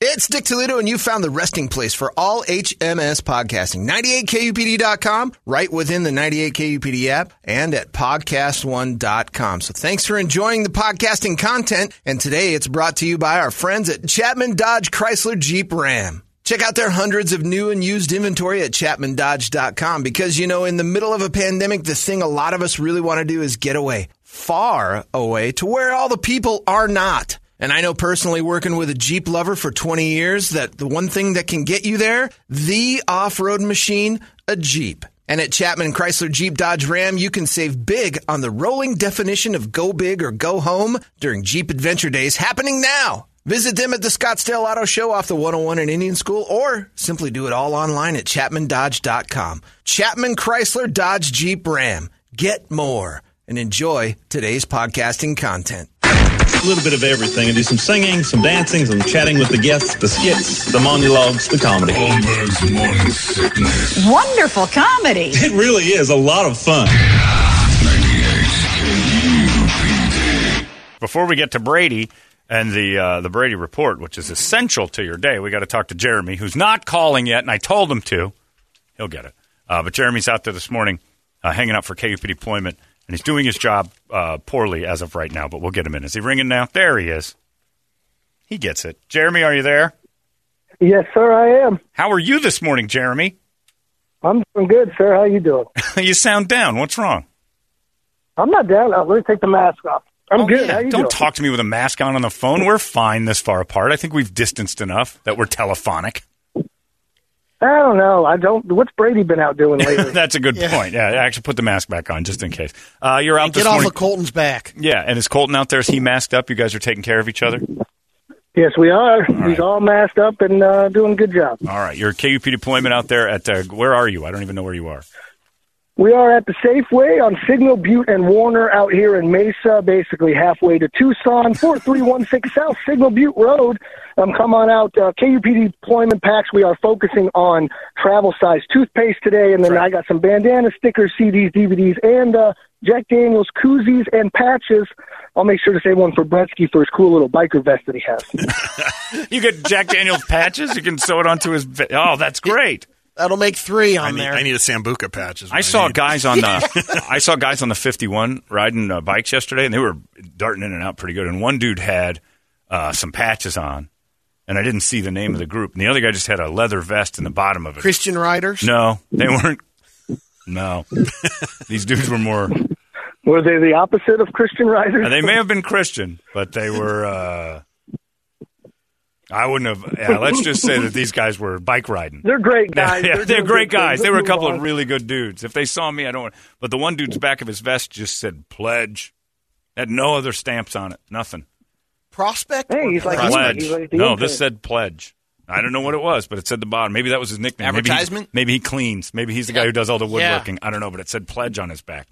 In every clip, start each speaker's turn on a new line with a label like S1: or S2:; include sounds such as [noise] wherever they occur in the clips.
S1: It's Dick Toledo, and you found the resting place for all HMS podcasting. 98kupd.com, right within the 98kupd app, and at podcast1.com. So thanks for enjoying the podcasting content. And today it's brought to you by our friends at Chapman Dodge Chrysler Jeep Ram. Check out their hundreds of new and used inventory at chapmandodge.com because, you know, in the middle of a pandemic, the thing a lot of us really want to do is get away, far away to where all the people are not. And I know personally, working with a Jeep lover for 20 years, that the one thing that can get you there, the off road machine, a Jeep. And at Chapman Chrysler Jeep Dodge Ram, you can save big on the rolling definition of go big or go home during Jeep Adventure Days happening now. Visit them at the Scottsdale Auto Show off the 101 in Indian School or simply do it all online at chapmandodge.com. Chapman Chrysler Dodge Jeep Ram. Get more and enjoy today's podcasting content.
S2: a little bit of everything. I do some singing, some dancing, some chatting with the guests, the skits, the monologues, the comedy.
S3: Holmberg's morning sickness.
S4: Wonderful comedy.
S2: It really is a lot of fun.
S3: 98
S5: Before we get to Brady and the uh, the Brady report, which is essential to your day, we got to talk to Jeremy, who's not calling yet, and I told him to. He'll get it. Uh, but Jeremy's out there this morning, uh, hanging out for KUP deployment, and he's doing his job uh, poorly as of right now. But we'll get him in. Is he ringing now? There he is. He gets it. Jeremy, are you there?
S6: Yes, sir, I am.
S5: How are you this morning, Jeremy? [laughs]
S6: I'm doing good, sir. How you doing?
S5: you sound down. What's wrong?
S6: I'm not down. Uh, Let me take the mask off. I'm
S5: Oh,
S6: good.
S5: yeah.
S6: How you
S5: Don't
S6: doing?
S5: talk to me with a mask on on the phone. We're fine this far apart. I think we've distanced enough that we're telephonic.
S6: I don't know. I don't. What's Brady been
S5: [laughs]
S6: out doing lately?
S5: That's a good point. Yeah, actually, put the mask back on just in case. Uh, you're out
S7: Get
S5: this
S7: off
S5: morning.
S7: of Colton's back.
S5: yeah, and is Colton out there? Is he masked up? You guys are taking care of each other.
S6: yes, we are.
S5: right.
S6: He's all masked up and uh, doing a good job.
S5: All right, your KUP deployment out there at uh, where are you? I don't even know where you are.
S6: We are at the Safeway on Signal Butte and Warner out here in Mesa, basically halfway to Tucson, 4316 South Signal Butte Road. Um, come on out. Uh, KUP deployment packs. We are focusing on travel size toothpaste today, and then I got some bandana stickers, CDs, DVDs, and uh, Jack Daniels koozies and patches. I'll make sure to save one for Bretsky for his cool little biker vest that he
S5: [laughs]
S6: has.
S5: You get Jack Daniels patches. You can sew it onto his. vi- Oh, that's great.
S7: That'll make three on
S8: I need,
S7: there.
S8: I need a Sambuca patch. Is what
S5: I saw
S8: need.
S5: guys on the [laughs] I saw guys on the 51 riding uh, bikes yesterday, and they were darting in and out pretty good. And one dude had uh, some patches on, and I didn't see the name of the group. And the other guy just had a leather vest in the bottom of it.
S7: Christian Riders.
S5: No, they weren't. No, [laughs] these dudes were more.
S6: Were they the opposite of Christian Risers?
S5: They may have been Christian, but they were. Uh, I wouldn't have. Yeah, let's just say that these guys were bike riding.
S6: They're great guys.
S5: [laughs] Yeah, they're,
S6: doing
S5: great
S6: good things.
S5: guys. They
S6: Let's
S5: were a
S6: move
S5: couple
S6: on.
S5: of really good dudes. If they saw me, I don't. But the one dude's back of his vest just said "pledge," had no other stamps on it, nothing.
S7: Prospect.
S6: Hey, he's like-
S7: Prospect.
S5: Pledge.
S6: he's like the
S5: no,
S6: intern.
S5: this said "pledge." I don't know what it was, but it said the bottom. Maybe that was his nickname. Maybe he-
S8: Advertisement?
S5: Maybe he, cleans. Maybe he's the guy who does all the
S7: Yeah.
S5: woodworking. I don't know, but it said "pledge" on his back,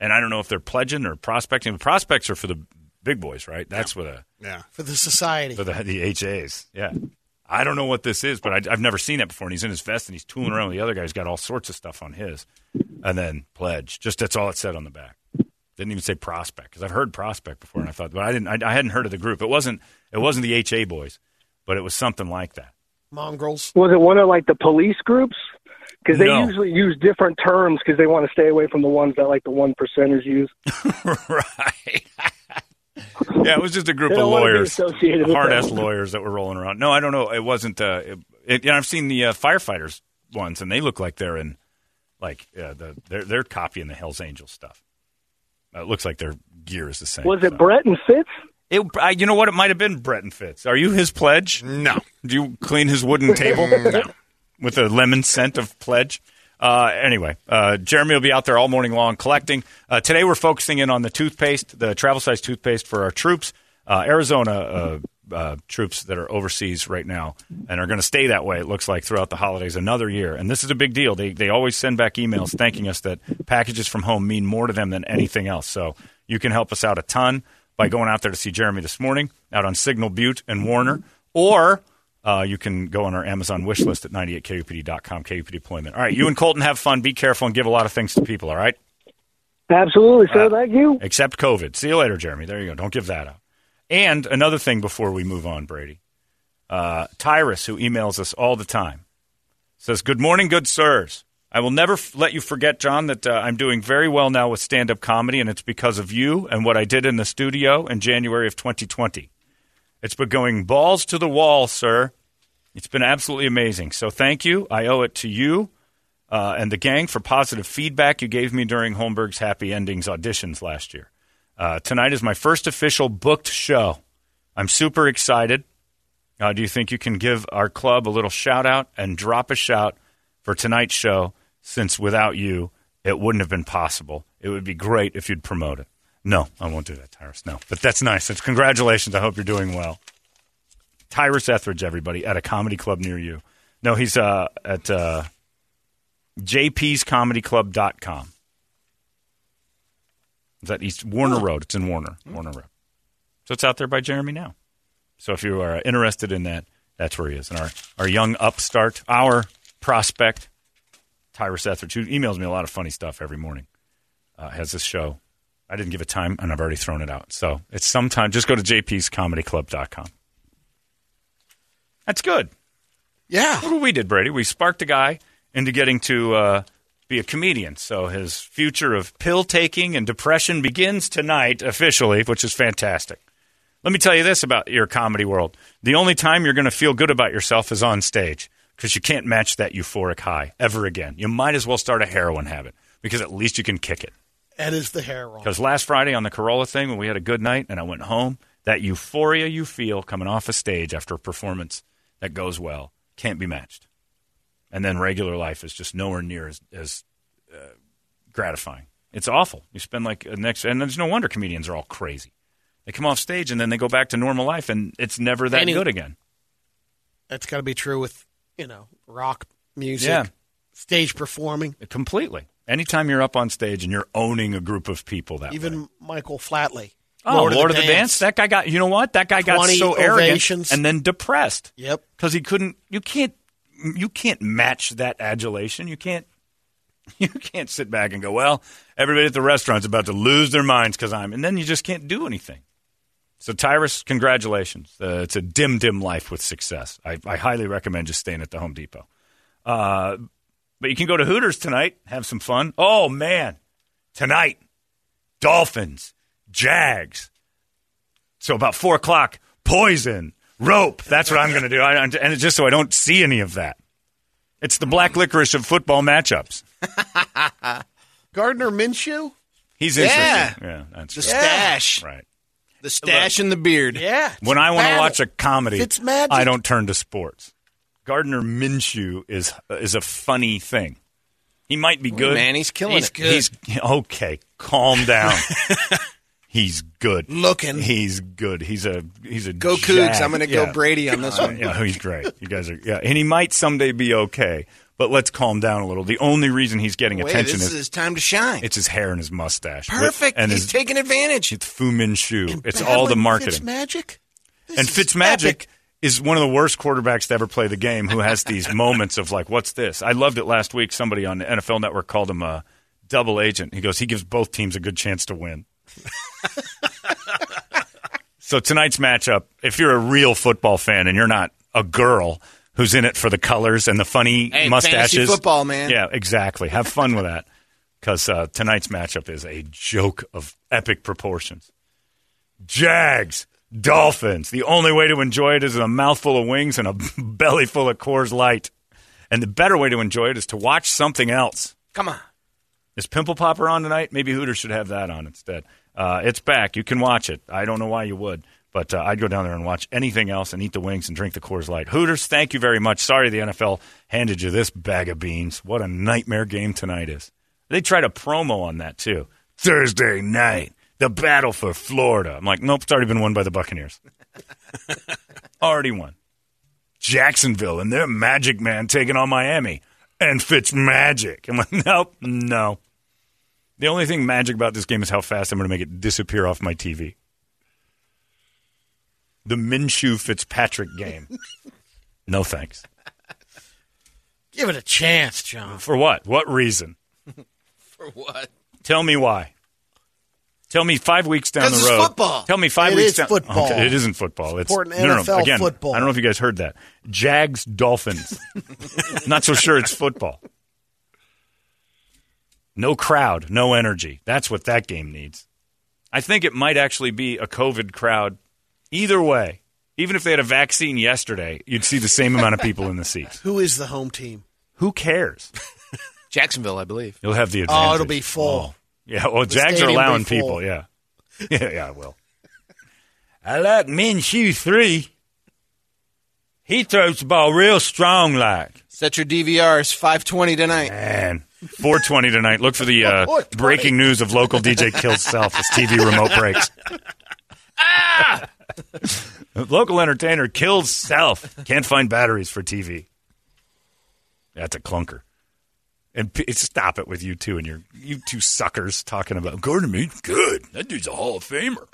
S5: and I don't know if they're pledging or prospecting. Prospects are for the big boys, right? That's what a
S8: Yeah.
S7: for the society.
S5: for the, the HAs. Yeah. I don't know what this is, but I, I've never seen that before. And he's in his vest and he's tooling around with the other guy. He's got all sorts of stuff on his. And then pledge. Just that's all it said on the back. Didn't even say prospect because I've heard prospect before, and I thought, but I didn't. I, I hadn't heard of the group. It wasn't. It wasn't the HA boys, but it was something like that.
S7: Mongrels.
S6: Was it one of like the police groups? Because they
S5: No.
S6: usually use different terms because they want to stay away from the ones that like the one percenters use.
S5: [laughs] right. Yeah, it was just a group
S6: They
S5: of
S6: don't wanna be
S5: lawyers,
S6: associated with
S5: hard ass
S6: that.
S5: lawyers that were rolling around. No, I don't know. It wasn't. Uh, it, it, you know, I've seen the uh, firefighters ones, and they look like they're in, like uh, the they're they're copying the Hell's Angels stuff. Uh, it looks like their gear is the same.
S6: Was
S5: so.
S6: it Brett and Fitz?
S5: It, I, you know what? It might have been Bretton Fitz. Are you his pledge?
S4: No.
S5: Do you clean his wooden table? no. With a lemon scent of pledge? Uh, anyway, uh, Jeremy will be out there all morning long collecting. Uh, today we're focusing in on the toothpaste, the travel size toothpaste for our troops, uh, Arizona uh, uh, troops that are overseas right now and are going to stay that way, it looks like, throughout the holidays another year. And this is a big deal. They, they always send back emails thanking us that packages from home mean more to them than anything else. So you can help us out a ton by going out there to see Jeremy this morning out on Signal Butte and Warner, or uh, you can go on our Amazon wish list at 98kupd.com, KUP deployment. All right, you and Colton have fun. Be careful and give a lot of things to people, all right?
S6: Absolutely, sir. Thank you.
S5: Except COVID. See you later, Jeremy. There you go. Don't give that up. And another thing before we move on, Brady. Uh, Tyrus, who emails us all the time, says, Good morning, good sirs. I will never f- let you forget, John, that uh, I'm doing very well now with stand up comedy, and it's because of you and what I did in the studio in January of 2020. It's been going balls to the wall, sir. It's been absolutely amazing. So thank you. I owe it to you uh, and the gang for positive feedback you gave me during Holmberg's Happy Endings auditions last year. Uh, tonight is my first official booked show. I'm super excited. Uh, do you think you can give our club a little shout out and drop a shout for tonight's show? Since without you, it wouldn't have been possible. It would be great if you'd promote it. No, I won't do that, Tyrus. No, but that's nice. It's congratulations. I hope you're doing well. Tyrus Etheridge, everybody, at a comedy club near you. No, he's uh, at uh, jpscomedyclub.com. Is that East Warner Road? It's in Warner, Warner Road. So it's out there by Jeremy now. So if you are uh, interested in that, that's where he is. And our, our young upstart, our prospect, Tyrus Etheridge, who emails me a lot of funny stuff every morning, uh, has this show. I didn't give a time, and I've already thrown it out. So it's sometime. Just go to jpscomedyclub.com. That's good.
S7: Yeah.
S5: Look what we did, Brady. We sparked a guy into getting to uh, be a comedian. So his future of pill taking and depression begins tonight officially, which is fantastic. Let me tell you this about your comedy world the only time you're going to feel good about yourself is on stage because you can't match that euphoric high ever again. You might as well start a heroin habit because at least you can kick it.
S7: That is the hair roll.
S5: Because last Friday on the Corolla thing, when we had a good night and I went home, that euphoria you feel coming off a stage after a performance that goes well can't be matched. And then regular life is just nowhere near as, as uh, gratifying. It's awful. You spend like a next, and there's no wonder comedians are all crazy. They come off stage and then they go back to normal life, and it's never that
S7: Any-
S5: good again.
S7: That's got to be true with, you know, rock music,
S5: Yeah.
S7: stage performing.
S5: Completely. Anytime you're up on stage and you're owning a group of people that way.
S7: Even Michael Flatley.
S5: Oh, Lord, of the, Dance. That guy got. You know what? That guy got
S7: 20
S5: so arrogant
S7: ovations.
S5: and then depressed.
S7: Yep.
S5: Because he couldn't. You can't. You can't match that adulation. You can't. [laughs] You can't sit back and go, well, everybody at the restaurant's about to lose their minds because I'm, and then you just can't do anything. So, Tyrus, congratulations. Uh, it's a dim, dim life with success. I, I highly recommend just staying at the Home Depot. Uh, but you can go to Hooters tonight, have some fun. Oh, man. Tonight, Dolphins, Jags. So about four o'clock, poison, rope. That's what I'm going to do. I, I- and it's just so I don't see any of that. It's the black licorice of football matchups.
S7: Gardner Minshew?
S5: He's
S4: Yeah.
S5: interesting. Yeah, that's
S4: The
S5: right.
S4: stash.
S5: Right.
S4: The stash and the beard.
S7: Yeah.
S5: When I want to
S7: Battle.
S5: watch a comedy,
S7: It's magic.
S5: I don't turn to sports. Gardner Minshew is is a funny thing. He might be good.
S4: Oh, Man, he's killing
S5: he's
S4: it.
S5: He's okay. Calm
S4: [laughs]
S5: down. he's good.
S4: looking.
S5: He's good. He's a he's a
S4: Go Cougs.
S5: jag.
S4: I'm going to go
S5: Yeah.
S4: Brady on this one.
S5: Yeah, he's great. You guys are yeah, and he might someday be okay. But let's calm down a little. The only reason he's getting
S4: Wait,
S5: attention
S4: this is
S5: is
S4: his time to shine.
S5: it's his hair and his mustache.
S4: perfect.
S5: and
S4: he's
S5: his
S4: taking advantage.
S5: it's Fu Manchu. It's all the marketing.
S7: magic?
S5: and Fitzmagic is one of the worst quarterbacks to ever play the game who has
S4: [laughs]
S5: these moments of like, what's this? I loved it last week. Somebody on the NFL network called him a double agent. He goes, he gives both teams a good chance to
S4: [laughs]
S5: win. so tonight's matchup, if you're a real football fan and you're not a girl who's in it for the colors and the funny
S4: Hey, fantasy
S5: mustaches.
S4: football, man.
S5: Yeah, exactly. Have fun with that. Because uh, tonight's matchup is a joke of epic proportions. Jags, Dolphins. The only way to enjoy it is with a mouthful of wings and a [laughs] belly full of Coors Light. And the better way to enjoy it is to watch something else.
S4: Come on.
S5: Is Pimple Popper on tonight? Maybe Hooters should have that on instead. Uh, it's back. You can watch it. I don't know why you would, but uh, I'd go down there and watch anything else and eat the wings and drink the Coors Light. Hooters, thank you very much. Sorry the NFL handed you this bag of beans. What a nightmare game tonight is. They tried a promo on that too. Thursday night, the battle for Florida. I'm like, nope, it's already been won by the Buccaneers. [laughs] already won. Jacksonville and their Magic Man taking on Miami and Fitz Magic. I'm like, nope, no. The only thing magic about this game is how fast I'm going to make it disappear off my TV. The Minshew Fitzpatrick game. no thanks.
S7: Give it a chance, John.
S5: For what?
S8: [laughs]
S5: What reason?
S4: For what?
S5: Tell me why. Tell me five weeks down
S8: 'Cause
S5: the
S8: it's
S5: road.
S8: football.
S5: Tell me five
S8: It
S5: weeks
S8: is
S5: down.
S8: football.
S5: Okay, it isn't football. It's,
S8: Supporting
S5: no, no, no.
S8: NFL
S5: Again,
S8: football.
S5: I don't know if you guys heard that. Jags
S8: [laughs]
S5: Dolphins. Not so sure it's football. No crowd, no energy. That's what that game needs. I think it might actually be a COVID crowd. Either way, even if they had a vaccine yesterday, you'd see the same amount of people in the seats.
S7: Who is the home team?
S5: Who cares?
S4: Jacksonville, I believe.
S5: You'll have the advantage.
S7: Oh, it'll be full.
S5: Yeah, well, Jags are
S7: stadium
S5: allowing
S7: be full.
S5: people. Yeah, [laughs] yeah, yeah. I will. I like Minshew three. He throws the ball real strong, like
S4: Set your DVRs. 520 tonight.
S5: man. Four twenty tonight. Look for the
S4: [laughs]
S5: uh, breaking news of local DJ kills self as TV remote
S4: [laughs]
S5: breaks. ah! [laughs] local entertainer kills self. Can't find batteries for TV. That's a clunker. And p- stop it with you two and your you two suckers talking about Gordon Mead's good. That dude's a Hall of Famer.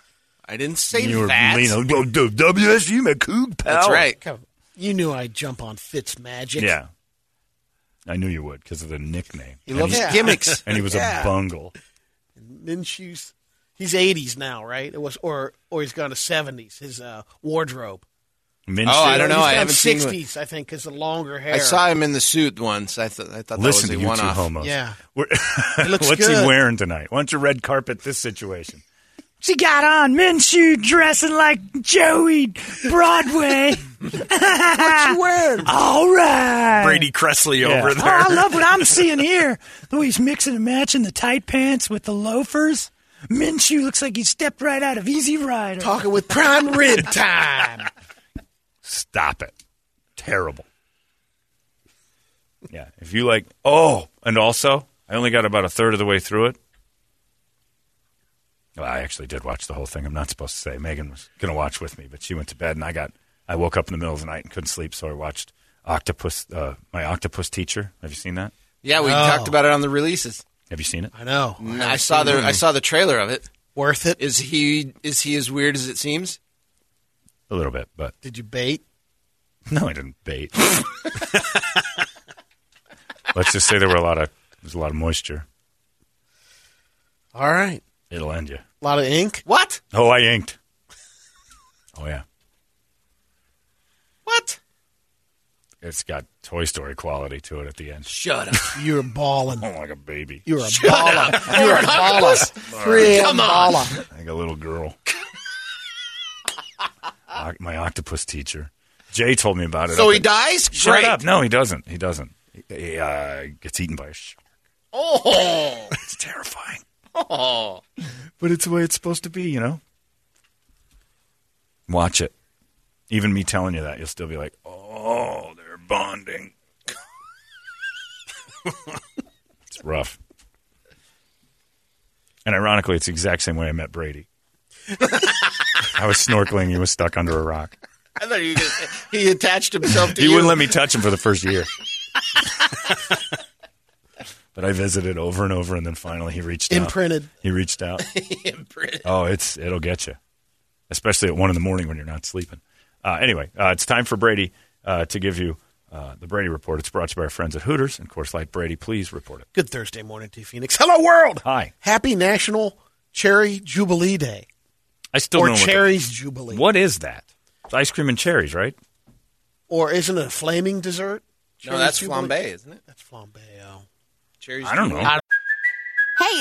S4: I didn't say
S5: You were
S4: that.
S5: leaning on "Oh, dude, WSU McCoog pal.
S4: That's right.
S7: Come- You knew I'd jump on Fitz Magic.
S5: Yeah. I knew you would because of the nickname.
S4: He
S5: and,
S4: loves
S5: he,
S4: gimmicks.
S5: [laughs] and he was a bungle.
S4: Oh,
S7: Minshew's he's eighties now, right? It was or or he's gone to seventies. His uh, wardrobe.
S5: Minshew.
S4: Oh, I don't know.
S7: He's
S4: I
S7: gone
S4: haven't seen one.
S7: sixties, I think, because the longer hair.
S4: I saw him in the suit once. I, th- I thought
S5: Listen
S4: that
S5: to
S4: was
S5: you
S4: a
S5: two
S4: one-off.
S5: homos.
S7: Yeah.
S5: [laughs] We're-
S7: looks
S5: What's he
S7: good.
S5: wearing tonight? Why don't you red carpet this situation? She got on Minshew dressing like Joey Broadway. [laughs] what you wearing? All right.
S4: Brady Cressley over there.
S5: Oh, I love what [laughs] I'm seeing here. The way he's mixing and matching the tight pants with the loafers. Minshew looks like he stepped right out of Easy Rider.
S7: talking with prime rib time.
S5: Stop it. Terrible. Yeah. If you like, oh, and also, I only got about a third of the way through it. Well, I actually did watch the whole thing. I'm not supposed to say. Megan was going to watch with me, but she went to bed, and I got. I woke up in the middle of the night and couldn't sleep, so I watched Octopus, uh, my Octopus Teacher. Have you seen that?
S4: Yeah, we talked about it on the releases.
S5: Have you seen it?
S7: I know.
S4: I saw the I saw the trailer of it.
S7: Worth it.
S4: Is he is he as weird as it seems?
S5: A little bit, but [laughs]
S7: Did you bait?
S5: No, I didn't bait. [laughs] Let's just say there were a lot of there's a lot of moisture.
S7: All right.
S5: It'll end you.
S7: A lot of ink.
S4: What?
S5: Oh, I inked. Oh yeah,
S4: What?
S5: it's got Toy Story quality to it at the end.
S4: Shut up.
S5: [laughs]
S7: You're balling.
S5: Oh, like a baby,
S7: You're a baller. You're a baller. Real baller.
S5: like a little girl. [laughs] Oc- My octopus teacher, Jay, told me about it.
S4: so
S5: up
S4: he
S5: at-
S4: dies?
S5: Shut
S4: Great.
S5: up! No, he doesn't. He doesn't. He, he, uh, gets eaten by a shark.
S4: Oh.
S5: [laughs] It's terrifying,
S4: oh.
S5: but it's the way it's supposed to be, you know. Watch it. Even me telling you that, you'll still be like, "Oh, they're bonding." [laughs] it's rough. And ironically, it's the exact same way I met
S4: [laughs]
S5: Brady. I was snorkeling. He was stuck under a rock.
S4: I thought he was gonna say, he attached
S7: [laughs]
S4: himself to
S5: He
S4: you.
S5: wouldn't let me touch him for the first year. [laughs] but I visited over and over, and then finally he reached out.
S7: Imprinted.
S5: He reached out.
S7: [laughs]
S5: Oh, it's it'll get you, especially at one in the morning when you're not sleeping. Uh, anyway, uh, it's time for Brady uh, to give you uh, the Brady report. It's brought to you by our friends at Hooters and Course Light. Brady, please report it.
S7: Good Thursday morning to you, Phoenix. Hello, world.
S5: Hi.
S7: Happy National Cherry Jubilee Day.
S5: I still
S7: or
S5: know
S7: Cherries
S5: What,
S7: Jubilee.
S5: the- what is that? It's ice cream and cherries, right?
S7: Or isn't it a flaming dessert?
S4: No,
S7: Cherries
S4: that's
S7: Jubilee?
S4: flambe, isn't it?
S7: That's flambe. oh.
S4: Cherries
S5: I don't know.
S7: I-
S9: Hey,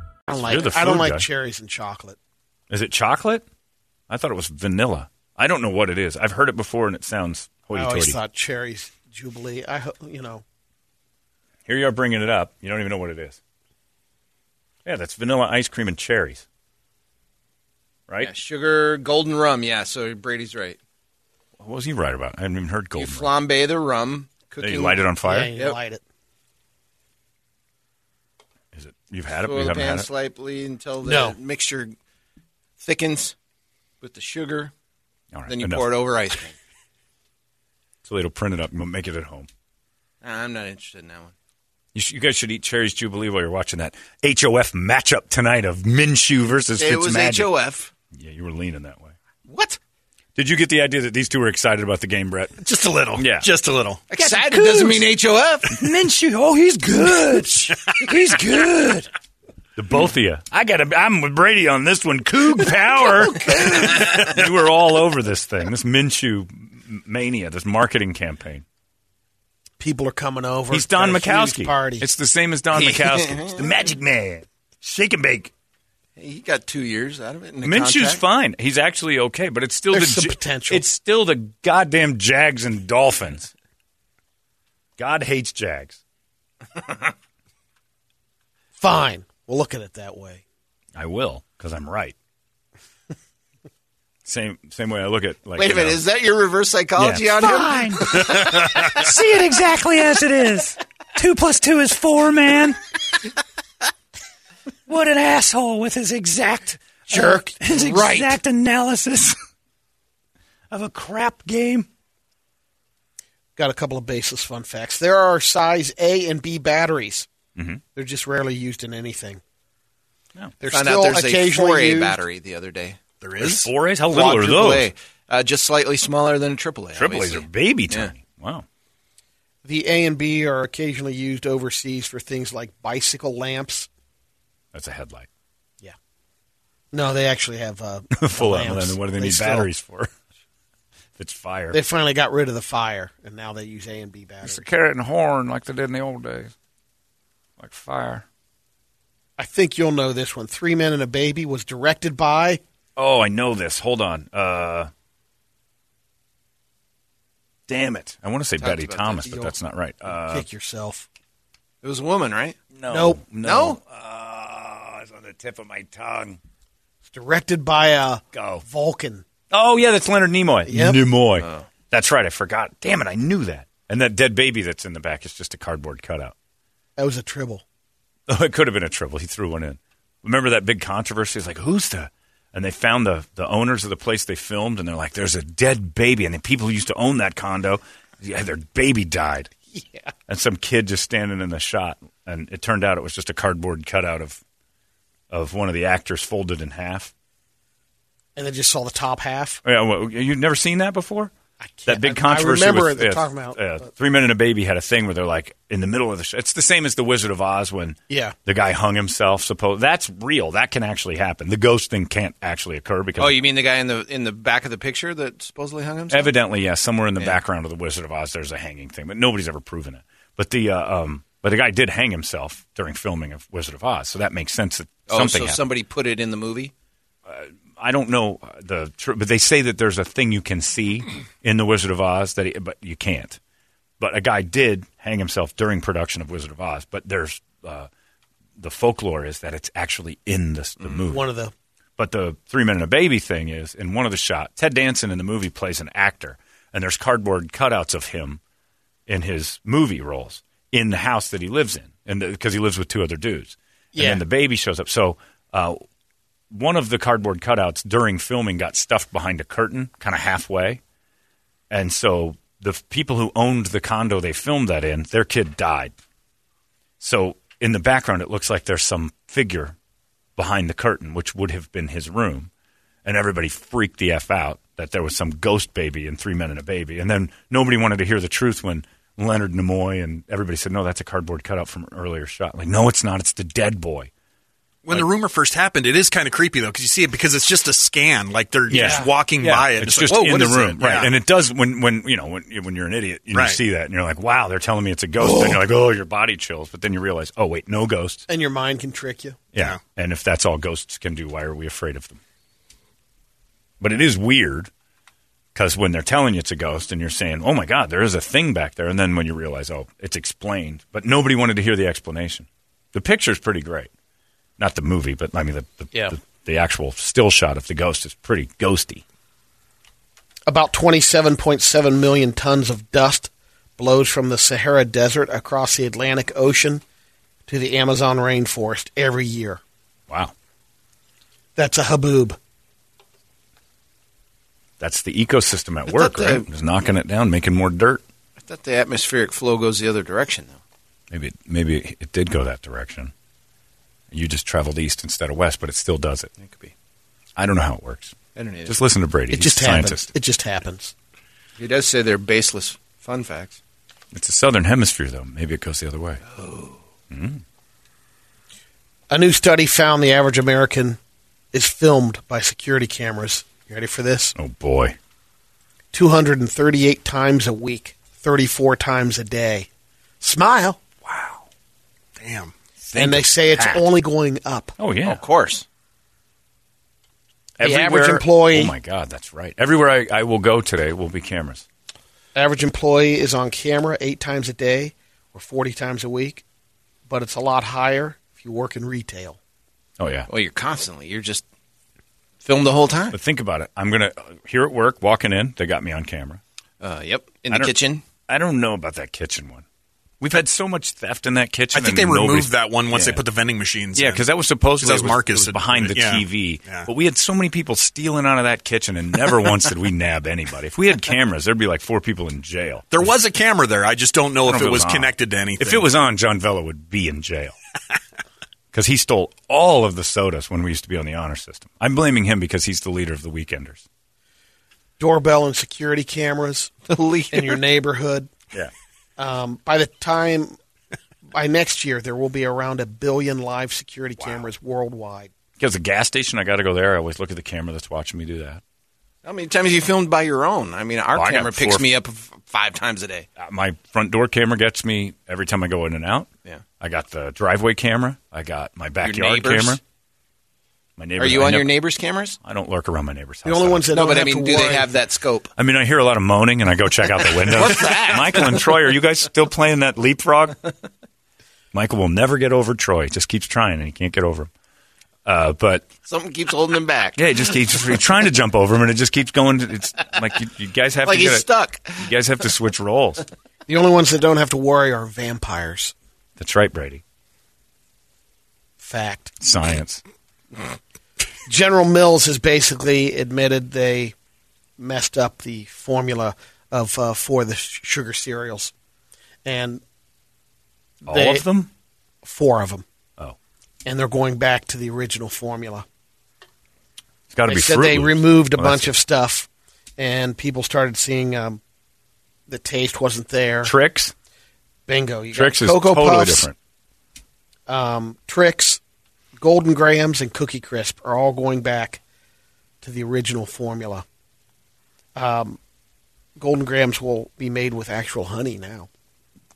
S7: I don't
S5: You're
S7: like,
S5: the
S7: I don't
S5: food
S7: like
S5: guy.
S7: cherries and chocolate.
S5: Is it chocolate? I thought it was vanilla. I don't know what it is. I've heard it before and it sounds
S7: I
S5: hoity
S4: Oh,
S7: always
S5: toity.
S7: thought cherries jubilee. I ho- you know
S5: Here you are bringing it up. You don't even know what it is. Yeah, that's vanilla ice cream and cherries. Right?
S4: Yeah, sugar, golden rum. Yeah, so Brady's right.
S5: What was he right about? I hadn't even heard
S4: You
S5: golden. rum.
S4: flambe the rum.
S5: Then
S4: Cooking
S5: you light it on fire?
S7: Yeah, you
S4: Yep.
S7: light it.
S5: Is it? You've had it. but
S4: Boil
S5: You
S4: the
S5: haven't
S4: pan
S5: had it.
S4: slightly until the
S7: No.
S4: mixture thickens with the sugar.
S5: All right,
S4: then you
S5: enough.
S4: pour it over ice cream.
S5: So they'll print it up and make it at home.
S4: Uh, I'm not interested in that one.
S5: You, sh- you guys should eat cherries jubilee while you're watching that HOF matchup tonight of Minshew versus
S4: It was
S5: Fitzmagic.
S4: HOF.
S5: Yeah, you were leaning that way.
S4: What?
S5: Did you get the idea that these two were excited about the game, Brett?
S10: Just a little.
S5: [laughs] Yeah.
S10: Just a little.
S4: Excited doesn't mean HOF.
S10: Minshew. Oh, he's good. he's good.
S5: [laughs] The both of you. I got. to I'm with Brady on this one.
S4: [laughs]
S5: Coog power. you were all over this thing. This Minshew m- mania. This marketing campaign.
S7: People are coming over.
S5: He's Don
S7: Got a uh, huge
S5: Mikowski.
S7: Party.
S5: It's the same as
S4: [laughs]
S5: Don Mikowski. It's the Magic Man. Shake and bake.
S4: He got two years out of it. In the
S5: Minshew's
S4: contract.
S5: fine. He's actually okay, but it's still
S7: There's
S5: the
S7: some potential.
S5: It's still the goddamn Jags and Dolphins. God hates Jags.
S7: fine. We'll look at it that way.
S5: I will because I'm
S4: [laughs]
S5: right. same same way I look at like.
S4: Wait a
S5: you know,
S4: minute. Is that your reverse psychology
S5: Yeah.
S4: on him?
S1: [laughs]
S10: See it exactly as it is. Two plus two is four, man. What an asshole with his exact
S7: Jerk.
S10: his
S7: Right.
S10: exact analysis of a crap game.
S7: Got a couple of basis fun facts. There are size A and B batteries.
S5: Mhm.
S7: They're just rarely used in anything.
S5: No.
S7: They're
S4: Found
S7: still
S4: out there's a
S7: occasionally
S4: 4A
S7: used.
S4: battery the other day. There
S5: There's four A's. How little are
S4: Quadruple
S5: those?
S4: A. Uh, just slightly smaller than a triple A.
S5: Triple A's are
S4: obviously.
S5: baby
S4: Yeah.
S5: tiny. Wow.
S7: The A and B are occasionally used overseas for things like bicycle lamps.
S5: That's a headlight. [laughs]
S7: No, they actually have uh,
S5: Full out.
S7: lamps.
S5: Then what do they, need
S7: still-
S5: batteries for? [laughs] if it's fire.
S7: They finally got rid of the fire, and now they use A and B batteries.
S5: carrot and horn like they did in the old days. Like fire.
S7: I think you'll know this one. Three Men and a Baby was directed by
S5: Oh, I know this. Hold on. Uh, damn it. I want to say
S4: Talked
S5: Betty
S4: about
S5: Thomas,
S4: that.
S5: but that's not right. Uh,
S7: Kick Yourself.
S4: It was a woman, right?
S5: no.
S7: Nope.
S5: No. Uh, it's on the tip of my tongue.
S7: It's directed by a
S5: Go.
S7: Vulcan.
S5: Oh, yeah, that's Leonard Nimoy.
S7: Yep.
S5: Nimoy. That's right. I forgot. Damn it. I knew that. And that dead baby that's in the back is just a cardboard cutout.
S7: That was a tribble.
S5: Oh, [laughs] it could have been a triple. He threw one in. Remember that big controversy? It's like, who's the? And they found the, the owners of the place they filmed, and they're like, there's a dead baby. And the people who used to own that condo, yeah, their baby died. Yeah. And some kid just standing in the shot, and it turned out it was just a cardboard cutout of of one of the actors folded in half.
S7: And they just saw the top half.
S5: Yeah, well, you've never seen that before.
S7: I can't-
S5: That
S7: I-
S5: big controversy.
S7: I remember
S5: with,
S7: they're
S5: yeah,
S7: talking about.
S5: yeah,
S7: but-
S5: Three Men and a Baby had a thing where they're like in the middle of the show. It's the same as the Wizard of Oz when
S7: Yeah.
S5: the guy hung himself. Suppose that's real. That can actually happen. The ghost thing can't actually occur because
S4: Oh, you mean the guy in the in the back of the picture that supposedly hung himself?
S5: evidently, yeah, somewhere in the background of the Wizard of Oz, there's a hanging thing, but nobody's ever proven it. But the uh, um, but the guy did hang himself during filming of Wizard of Oz, so that makes sense that
S4: Oh,
S5: something.
S4: so
S5: happened.
S4: somebody put it in the movie.
S5: I don't know uh, the tr- but they say that there's a thing you can see in the Wizard of Oz that, he, but you can't. But a guy did hang himself during production of Wizard of Oz. But there's uh, the folklore is that it's actually in the, the movie.
S7: One of the.
S5: But the three men and a baby thing is in one of the shots. Ted Danson in the movie plays an actor, and there's cardboard cutouts of him in his movie roles in the house that he lives in, and because he lives with two other dudes.
S7: Yeah.
S5: And then the baby shows up. So uh, one of the cardboard cutouts during filming got stuffed behind a curtain, kind of halfway, and so the f- people who owned the condo they filmed that in, their kid died. So in the background, it looks like there's some figure behind the curtain, which would have been his room. And everybody freaked the F out that there was some ghost baby and three men and a baby. And then nobody wanted to hear the truth when Leonard Nimoy and everybody said, no, that's a cardboard cutout from an earlier shot. Like, no, it's not. It's the dead boy.
S11: When the rumor first happened, it is kind of creepy though, because you see it because it's just a scan, like they're
S5: Yeah.
S11: just walking
S5: Yeah.
S11: by it.
S5: It's
S11: like,
S5: just
S11: "Whoa,
S5: in
S11: what
S5: the
S11: is
S5: room,
S11: that?"
S5: right?
S11: Yeah.
S5: And it does when when you know when when you're an idiot and
S11: Right.
S5: you see that and you're like, wow, they're telling me it's a ghost. and you're like, oh, your body chills. But then you realize, oh wait, no ghosts.
S7: and your mind can trick you.
S5: Yeah. And if that's all ghosts can do, why are we afraid of them? But it is weird because when they're telling you it's a ghost and you're saying, oh my God, there is a thing back there. And then when you realize, oh, it's explained. But nobody wanted to hear the explanation. The picture's pretty great. Not the movie, but I mean, the, the,
S7: Yeah.
S5: the, the actual still shot of the ghost is pretty ghosty.
S7: About 27.7 million tons of dust blows from the Sahara Desert across the Atlantic Ocean to the Amazon rainforest every year.
S5: Wow.
S7: That's a haboob.
S5: That's the ecosystem at work,
S4: that-
S5: right? It's knocking it down, making more dirt.
S4: I thought the atmospheric flow goes the other direction, though.
S5: Maybe it, maybe it did go that direction. You just traveled east instead of west, but it still does it. It could be. I don't know how it works.
S4: I don't either.
S5: Just listen to Brady.
S7: It
S5: He's
S7: just
S5: a
S7: happens.
S5: scientist.
S7: It just happens.
S4: He does say they're baseless fun facts.
S5: It's the southern hemisphere, though. Maybe it goes the other way. Mm.
S7: A new study found the average American is filmed by security cameras. You ready for this?
S5: Oh boy.
S7: 238 times a week, 34 times a day. Smile.
S4: Damn.
S7: and they
S4: of
S7: say it's
S4: that.
S7: only going up.
S5: Oh yeah.
S4: Of course.
S7: The average employee-
S5: Oh my God, that's right. Everywhere I, I will go today will be cameras.
S7: Average employee is on camera eight times a day or 40 times a week, but it's a lot higher if you work in retail.
S5: Oh yeah.
S4: Well, you're constantly. You're just filmed the whole time.
S5: But think about it. I'm gonna here at work, walking in, they got me on camera.
S4: Uh, yep. In
S5: I
S4: the
S5: don't-
S4: kitchen.
S5: I don't know about that kitchen one. We've had so much theft in that kitchen.
S11: I think
S5: and
S11: they
S5: nobody-
S11: removed that one once
S5: Yeah.
S11: they put the vending machines.
S5: Yeah,
S11: in.
S5: because that was supposedly
S11: 'Cause that was
S5: it
S11: Marcus
S5: it was
S11: that-
S5: behind the
S11: yeah.
S5: TV.
S11: Yeah.
S5: But we had so many people stealing out of that kitchen, and never once did we nab anybody. If we had cameras, there'd be like four people in jail.
S11: There was a camera there. I just don't know
S5: I
S11: if
S5: don't
S11: it was
S5: on.
S11: connected to anything.
S5: If it was on, John Vella would be
S11: [laughs]
S5: in jail because he stole all of the sodas when we used to be on the honor system. I'm blaming him because he's the leader of the Weekenders.
S7: Doorbell and security cameras in your neighborhood.
S5: Yeah.
S7: Um, by the time, by next year, there will be around a billion live security cameras worldwide.
S5: [laughs] Because the gas station, I got to go there. I always look at the camera that's watching me do that.
S4: How many times you filmed by your own? I mean, our
S5: Oh, I got
S4: camera picks
S5: four-
S4: me up f- five times a day.
S5: Uh, My front door camera gets me every time I go in and out.
S4: Yeah.
S5: I got the driveway camera. I got my backyard
S4: neighbors?
S5: camera. My neighbor.
S4: Are you
S5: I
S4: on your
S5: never-
S4: neighbor's cameras?
S5: I don't lurk around my neighbor's house.
S7: The only ones that
S4: No,
S7: don't
S4: but I
S7: have
S4: mean,
S7: to
S4: do
S7: worry-
S4: they have that scope?
S5: I mean, I hear a lot of moaning, and I go check out the window.
S4: [laughs] What's that?
S5: Michael and Troy, are you guys still playing that leapfrog? Michael will never get over Troy. Just keeps trying, and he can't get over him. Uh, but
S4: Something keeps holding him back.
S5: yeah, he just keeps he's trying to jump over him, and it just keeps going. to- It's like you, you guys have
S4: Like
S5: to get
S4: he's
S5: a-
S4: stuck.
S5: You guys have to switch roles.
S7: The only ones that don't have to worry are vampires.
S5: That's right, Brady.
S7: Fact.
S5: Science.
S7: General Mills has basically admitted they messed up the formula of uh, for the sh- sugar cereals, and
S5: All
S7: They-
S5: of them.
S7: four of them,
S5: Oh,
S7: and they're going back to the original formula.
S5: it's got to
S7: they
S5: be.
S7: said
S5: Fruit
S7: they
S5: Loops.
S7: removed a
S5: Well,
S7: bunch
S5: that's-
S7: of stuff, and people started seeing um, the taste wasn't there.
S5: tricks.
S7: Bingo, you
S5: Tricks
S7: got
S5: is
S7: Cocoa
S5: totally
S7: Puffs,
S5: different.
S7: Um, tricks, Golden Grams, and Cookie Crisp are all going back to the original formula. Um, Golden Grams will be made with actual honey now.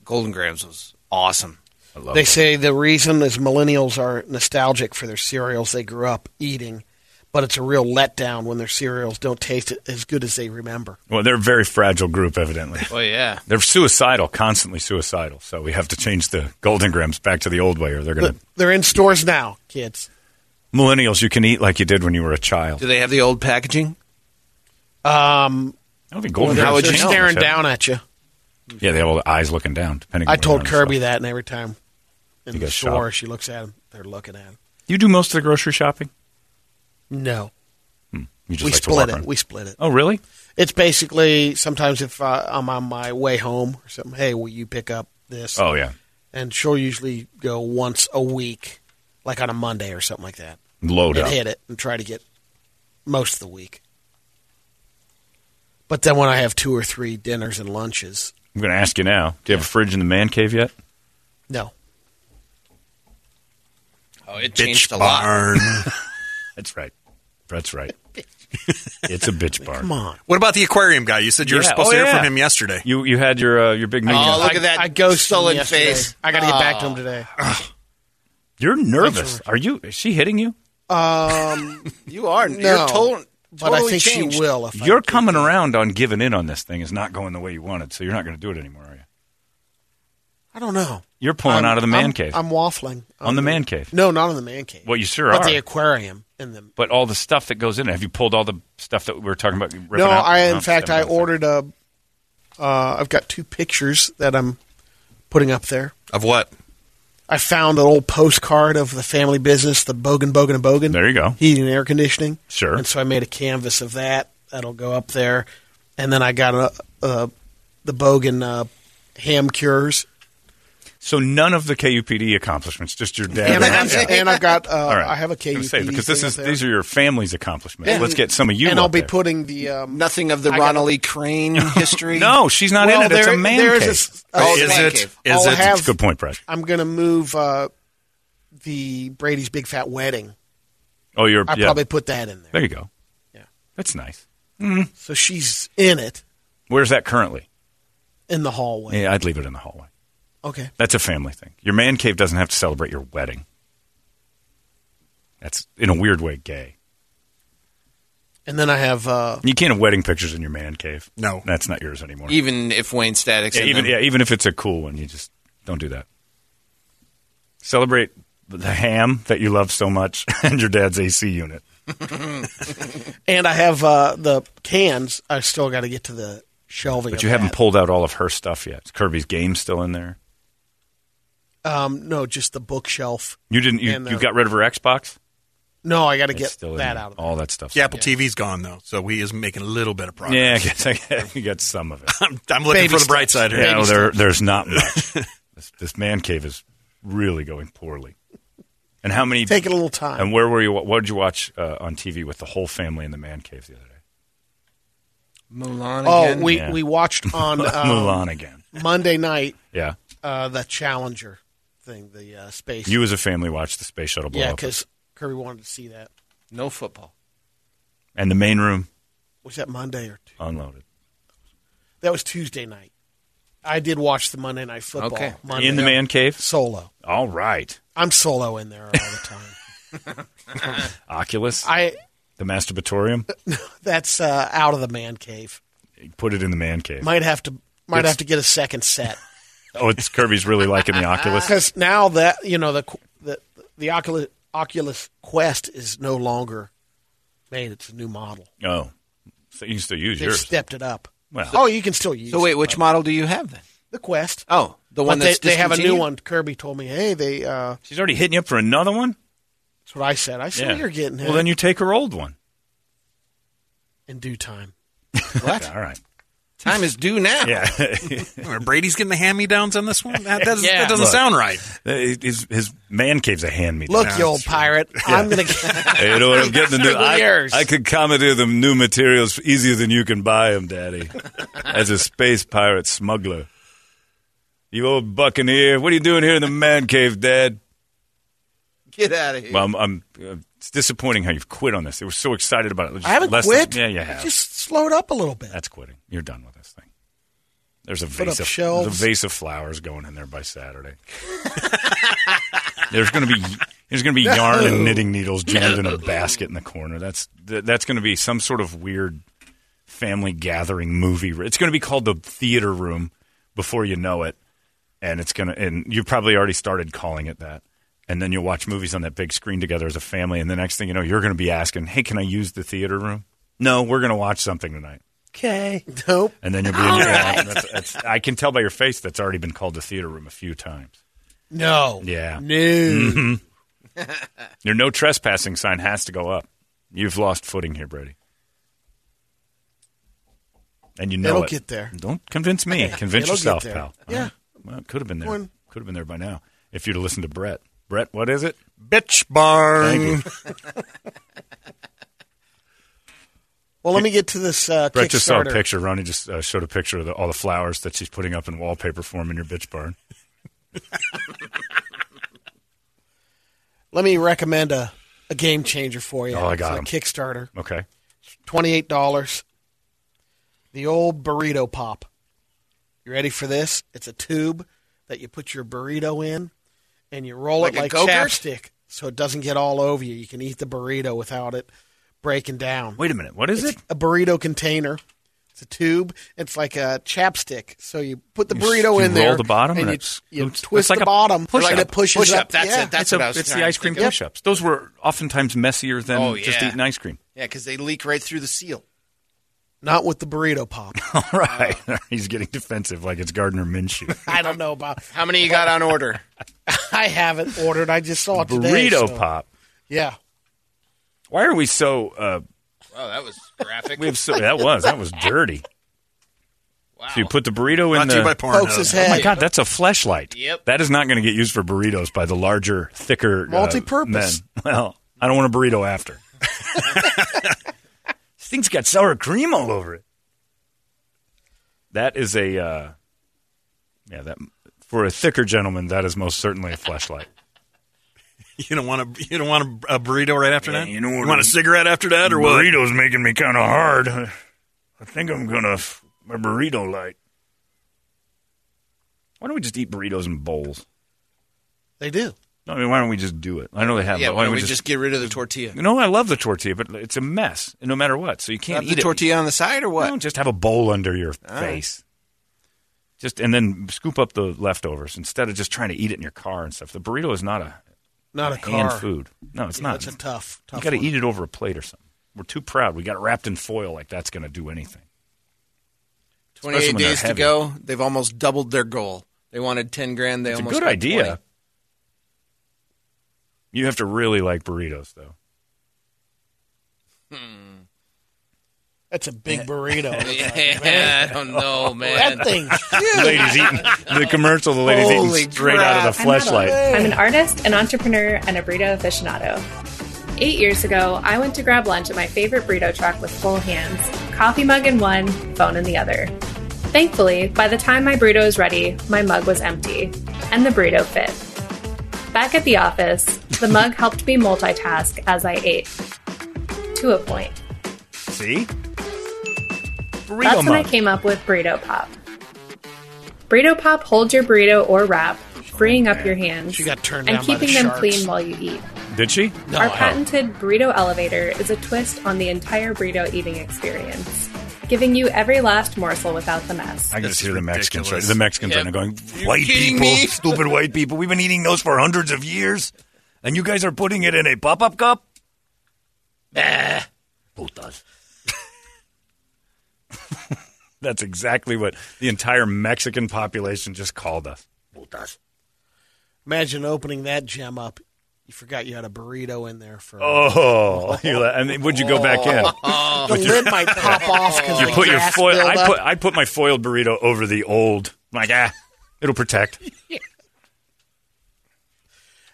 S4: Golden Grams was awesome.
S5: I love
S7: They
S5: it.
S7: say the reason is millennials are nostalgic for their cereals they grew up eating, but it's a real letdown when their cereals don't taste as good as they remember.
S5: Well, they're a very fragile group, evidently.
S4: Oh yeah.
S5: They're suicidal, constantly suicidal. So we have to change the Golden Grams back to the old way, or they're going to.
S7: They're in stores now, kids.
S5: Millennials, you can eat like you did when you were a child.
S4: Do they have the old packaging?
S7: Um,
S5: I don't think
S7: well,
S5: Golden
S7: they're
S5: Grams
S4: would
S7: they're
S4: you
S5: changed
S4: know?
S7: staring
S5: much, have
S7: down at you.
S5: they? Yeah, they have all the eyes looking down, depending on
S7: I
S5: where
S7: told
S5: you're on
S7: Kirby
S5: stuff.
S7: that, and every time in
S5: You
S7: the
S5: guys
S7: store
S5: shop.
S7: she looks at him, they're looking at him.
S5: You do most of the grocery shopping?
S7: No,
S5: You just
S7: we
S5: like to walk
S7: split it.
S5: around.
S7: We split it.
S5: oh, really?
S7: It's basically sometimes if uh, I'm on my way home or something, hey, will you pick up this?
S5: Oh, yeah.
S7: and she'll usually go once a week, like on a Monday or something like that.
S5: Load
S7: and
S5: up.
S7: hit it and try to get most of the week. But then when I have two or three dinners and lunches,
S5: I'm going to ask you now. Do you have a fridge in the man cave yet?
S7: no.
S4: Oh, it
S5: Bitch
S4: changed a [laughs]
S5: barn.
S4: lot.
S5: That's right. That's right.
S7: [laughs]
S5: it's a bitch bar.
S11: Come on. What about the aquarium guy? You said you were
S5: Yeah.
S11: supposed
S5: Oh,
S11: to hear
S5: yeah.
S11: from him yesterday.
S5: You you had your uh, your big meeting.
S4: Oh, look at that
S7: I ghosted
S4: sullen
S7: him yesterday.
S4: face.
S7: I got to get back to
S4: Oh.
S7: him today.
S5: You're nervous. Are you? Is she hitting you?
S4: [laughs]
S7: Um,
S4: Ah. you are.
S7: no,
S4: you're totally,
S7: but I
S4: totally
S7: think
S4: changed.
S7: she will. If I-
S5: You're coming around on giving in on this thing. It's not going the way you wanted, so you're not going to do it anymore, are you?
S7: I don't know.
S5: You're pulling
S7: I'm-
S5: out of the man
S7: I'm-
S5: cave.
S7: I'm waffling
S5: on the man cave.
S7: No, not on the man cave.
S5: Well, you sure
S7: but
S5: are.
S7: the aquarium in the
S5: but all the stuff that goes in it. Have you pulled all the stuff that we were talking about? ripping
S7: no,
S5: out?
S7: I in
S5: No,
S7: fact I
S5: haven't.
S7: ordered a. Uh, I've got two pictures that I'm putting up there.
S11: Of what?
S7: I found an old postcard of the family business, the Bogan Bogan and Bogan.
S5: There you go.
S7: Heating and air conditioning.
S5: Sure.
S7: And so I made a canvas of that. That'll go up there, and then I got a, a the Bogan uh, ham cures,
S5: So none of the KUPD accomplishments, just your dad.
S7: and, I have, and I've got uh,
S5: All right.
S7: I have
S5: I
S7: a
S5: was
S7: KUP
S5: gonna say, because this
S7: thing
S5: is
S7: up there.
S5: these are your family's accomplishments.
S7: Yeah.
S5: Let's get some of you.
S7: and I'll
S5: up
S7: be
S5: there.
S7: putting the um,
S4: Nothing of the
S7: I got-
S4: Ronald
S7: [laughs]
S4: E. Crane history.
S5: No, she's not
S7: Well,
S5: in it. It's
S7: there-
S5: a man
S7: there is
S5: cave.
S7: a s- a Is
S4: man it- cave.
S7: is I'll it- have-
S5: Good point, Brad.
S7: I'm going to move uh, the Brady's Big Fat Wedding.
S5: Oh, you're.
S7: I
S5: yeah.
S7: probably put that in there.
S5: There you go.
S7: Yeah.
S5: That's nice.
S7: So she's in it
S5: Where's that currently?
S7: in the hallway.
S5: Yeah, I'd leave it in the hallway.
S7: Okay.
S5: That's a family thing. Your man cave doesn't have to celebrate your wedding. That's in a weird way gay.
S7: And then I have uh,
S5: You can't have wedding pictures in your man cave.
S11: No.
S5: that's not yours anymore.
S4: Even if Wayne Static's
S5: Yeah,
S4: in
S5: even
S4: them.
S5: yeah, even if it's a cool one, you just don't do that. Celebrate the ham that you love so much [laughs] and your dad's AC unit.
S7: and I have uh, the cans. I still got to get to the shelving.
S5: But
S7: of
S5: you haven't
S7: that.
S5: pulled out all of her stuff yet. Is Kirby's game still in there.
S7: Um, no, just the bookshelf.
S5: You didn't. You,
S7: And the-
S5: you got rid of her Xbox.
S7: No, I got to
S5: It's
S7: get
S5: still in
S7: that
S5: there.
S7: out of there.
S5: All that stuff.
S11: The Apple TV's gone though, so he is making a little bit of progress.
S5: Yeah, I guess [laughs] I got, you got some of it.
S11: [laughs] I'm, I'm looking
S7: Baby
S11: for the bright
S7: steps.
S11: side here.
S5: Yeah, well, there, there's not much. this, this man cave is really going poorly. And how many?
S7: Taking a little time.
S5: And where were you? What, what did you watch uh, on TV with the whole family in the man cave the other day?
S4: Mulan
S7: oh,
S4: again.
S7: we
S5: Yeah.
S7: we watched
S5: [laughs]
S7: on um,
S5: Mulan again.
S7: Monday night
S5: Yeah,
S7: uh, the Challenger thing, the uh, space.
S5: you as a family watched the space shuttle blow
S7: yeah,
S5: up,
S7: because Kirby wanted to see that.
S4: no football.
S5: and the main room
S7: Was that Monday or t-
S5: unloaded
S7: that was Tuesday night? I did watch the Monday night football.
S4: Okay.
S7: Monday
S5: in the man cave.
S7: solo.
S5: All right,
S7: I'm solo in there all the time.
S5: Oculus,
S7: I [laughs]
S5: the masturbatorium.
S7: that's uh, out of the man cave.
S5: Put it in the man cave.
S7: Might have to might
S5: It's-
S7: have to get a second set
S5: oh, it's Kirby's really liking
S7: [laughs]
S5: the Oculus.
S7: because now that you know the qu- the the Oculus Oculus Quest is no longer made. It's a new model.
S5: Oh, so you can still use
S7: They
S5: yours.
S7: stepped it up.
S5: Well.
S7: oh, you can still use.
S4: So wait, which model do you have then?
S11: [laughs]
S7: the Quest?
S4: Oh, the one
S7: but
S4: that's
S7: they, they have a new
S4: discontinued?
S7: one. Kirby told me, hey, they. Uh,
S5: She's already hitting you up for another one.
S7: that's what I said. I said you're getting it
S5: Well, then you take her old one.
S7: in due time.
S5: What? All right.
S4: Time is due now.
S5: Yeah. [laughs]
S11: Brady's getting the hand-me-downs on this one. That, that, doesn't-
S4: Yeah.
S11: that doesn't
S5: Look.
S11: sound right.
S5: his, his man cave's a hand me.
S7: Look, you old pirate. I'm gonna.
S5: [laughs] You know what I'm getting? The new,
S7: Struggle
S5: I,
S7: years.
S5: I could commandeer them new materials easier than you can buy them, Daddy. As a space pirate smuggler. You old buccaneer. What are you doing here in the man cave, Dad?
S4: Get out of here.
S5: Well, I'm, I'm, uh, it's disappointing how you've quit on this. They were so excited about it. Just
S7: [laughs] I haven't
S5: less than-
S7: quit.
S5: yeah, you
S7: I
S5: have.
S7: Just slowed up a little bit.
S5: That's quitting. You're done with this thing. There's a
S7: Put
S5: vase
S7: up
S5: of
S7: shelves.
S5: there's a vase of flowers going in there by Saturday. there's gonna be there's gonna be yarn and knitting needles jammed in a basket in the corner. That's th- that's gonna be some sort of weird family gathering movie. It's gonna be called the theater room before you know it, and it's gonna and you probably already started calling it that. And then you'll watch movies on that big screen together as a family, and the next thing you know, you're going to be asking, "Hey, can I use the theater room?" No, we're going to watch something tonight.
S10: Okay.
S7: Nope.
S5: And then you'll be in your that's, that's, I can tell by your face that's already been called the theater room a few times.
S7: No.
S5: Yeah. Mm-hmm.
S7: No.
S5: Your no trespassing sign has to go up. You've lost footing here, Brady. And you know
S7: It'll
S5: it.
S7: get there.
S5: Don't convince
S7: [laughs]
S5: me. Convince
S7: It'll get
S5: yourself,
S7: there.
S5: pal.
S7: Yeah.
S5: Well, it could have been there.
S7: One-
S5: Could have been there by now if you'd have listened to Brett. Brett, what is it?
S11: Bitch barn.
S7: [laughs] Well, let me get to this uh,
S5: Brett just saw a
S7: Kickstarter.
S5: picture. Ronnie just uh, showed a picture of the, all the flowers that she's putting up in wallpaper form in your bitch barn.
S7: Let me recommend a, a game changer for you.
S5: Oh, I got
S7: it's
S5: 'em.
S7: a Kickstarter.
S5: Okay.
S7: Twenty-eight dollars. The old burrito pop. You ready for this? It's a tube that you put your burrito in, and you roll
S4: Like
S7: it
S4: a
S7: like
S4: Go-Gurt?
S7: chapstick, so it doesn't get all over you. You can eat the burrito without it breaking down.
S5: Wait a minute. What is
S7: It's
S5: it?
S7: A burrito container. It's a tube. It's like a chapstick. So you put the
S5: You
S7: burrito
S5: s- you
S7: in there.
S5: roll the bottom
S7: and,
S5: and
S7: you-
S5: it's-
S7: you,
S5: it's-
S7: twist
S5: it's like
S7: the
S5: a
S7: bottom,
S5: push-up.
S7: and it pushes
S4: Push-up,
S7: up.
S4: that's
S7: yeah.
S4: it, that's
S5: it's
S4: what I was
S5: it's the
S4: trying
S5: ice
S4: to
S5: cream
S4: think of.
S5: push-ups. Those were oftentimes messier than
S4: Oh,
S5: just
S4: yeah.
S5: eating ice cream. [laughs]
S4: Yeah, because they leak right through the seal.
S7: Not with the burrito pop.
S5: All
S4: Uh-huh.
S5: right. [laughs] He's getting defensive like it's Gardner
S4: [laughs]
S5: Minshew.
S7: I don't know about
S4: How many you got on order?
S7: [laughs] I haven't ordered. I just saw it today.
S5: Burrito
S7: so-
S5: pop.
S7: Yeah.
S5: Why are we so? Uh,
S4: Wow, that was graphic.
S5: we have so that was that
S4: [laughs]
S5: was dirty. So you put the burrito
S11: Brought to
S5: in the
S11: you by Pornhub. Pokes
S7: his
S5: Oh my
S7: head.
S5: god, that's a fleshlight.
S4: Yep.
S5: That is not going to get used for burritos by the larger, thicker uh,
S7: Multi-purpose.
S5: men. Well, I don't want a
S11: [laughs]
S5: burrito after. this thing's got sour cream all over it. That is a uh, yeah. That for a thicker gentleman, that is most certainly
S11: [laughs]
S5: a fleshlight.
S11: You don't want a you don't want a, a burrito right after that.
S5: you know what
S11: want a
S5: I mean?
S11: cigarette after that or what?
S5: burrito's making me kind of hard. I think I'm gonna f- my burrito light. Why don't we just eat burritos in bowls?
S7: They do.
S5: No, I mean, why don't we just do it? I know they have.
S4: Yeah,
S5: but
S4: why
S5: why
S4: don't
S5: don't
S4: we just, get rid of the tortilla?
S5: You know, I love the tortilla, but it's a mess no matter what. So you can't
S4: Have
S5: eat
S4: the tortilla on the side or
S5: it.
S4: what?
S5: No, just have a bowl under your
S4: All right.
S5: face. Just and then scoop up the leftovers instead of just trying to eat it in your car and stuff. The burrito is not a
S7: Not a
S5: hand
S7: car.
S5: food. No, it's
S7: Yeah,
S5: not.
S7: That's a tough, tough
S5: you got to
S7: one.
S5: eat it over a plate or something. We're too proud. We got it wrapped in foil like that's going to do anything. especially
S4: 28
S5: when they're
S4: days to
S5: heavy.
S4: go. They've almost doubled their goal. They wanted 10 grand. They
S5: It's a
S4: almost
S5: good
S4: got
S5: idea.
S4: 20.
S5: You have to really like burritos, though.
S7: That's a big
S4: [laughs]
S7: burrito.
S5: [laughs]
S4: Yeah, I don't know, man.
S7: that [laughs] thing's huge.
S5: ladies
S4: [laughs]
S5: eating the commercial. The ladies
S4: Holy
S5: eating straight out of the
S12: [laughs]
S5: fleshlight.
S12: I'm an artist, an entrepreneur, and a burrito aficionado. Eight years ago, I went to grab lunch at my favorite burrito truck with full hands, coffee mug in one, phone in the other. Thankfully, by the time my burrito was ready, my mug was empty, and the burrito fit. Back at the office,
S5: [laughs]
S12: the mug helped me multitask as I ate. To a point.
S5: See, burrito
S12: That's when I
S5: mug.
S12: came up with Burrito Pop. Burrito Pop holds your burrito or wrap, freeing up your hands
S7: She got turned
S12: and
S7: down by the
S12: keeping them
S7: sharks.
S12: clean while you eat.
S5: Did she?
S12: Our
S5: Oh.
S12: patented burrito elevator is a twist on the entire burrito eating experience, giving you every last morsel without the mess.
S5: I can
S11: This
S5: just
S11: is
S5: hear the Mexicans. Right,
S11: ridiculous.
S5: the Mexicans
S4: Yeah.
S5: right now going,
S4: You
S5: "White
S4: kidding
S5: people, [laughs]
S4: me?"
S5: stupid white people. We've been eating those for hundreds of years, and you guys are putting it in a pop-up cup."
S4: Oh,
S5: Putas. That's exactly what the entire Mexican population just called us. Putas.
S7: Imagine opening that gem up. You forgot you had a burrito in there for.
S5: Oh, [laughs] you la- and would you go back in?
S7: [laughs] the
S5: [laughs]
S7: lid might pop off because
S5: You
S7: the
S5: put your
S7: gas
S5: foil.
S7: buildup.
S5: I put I put my foiled burrito over the old. I'm like ah, it'll protect.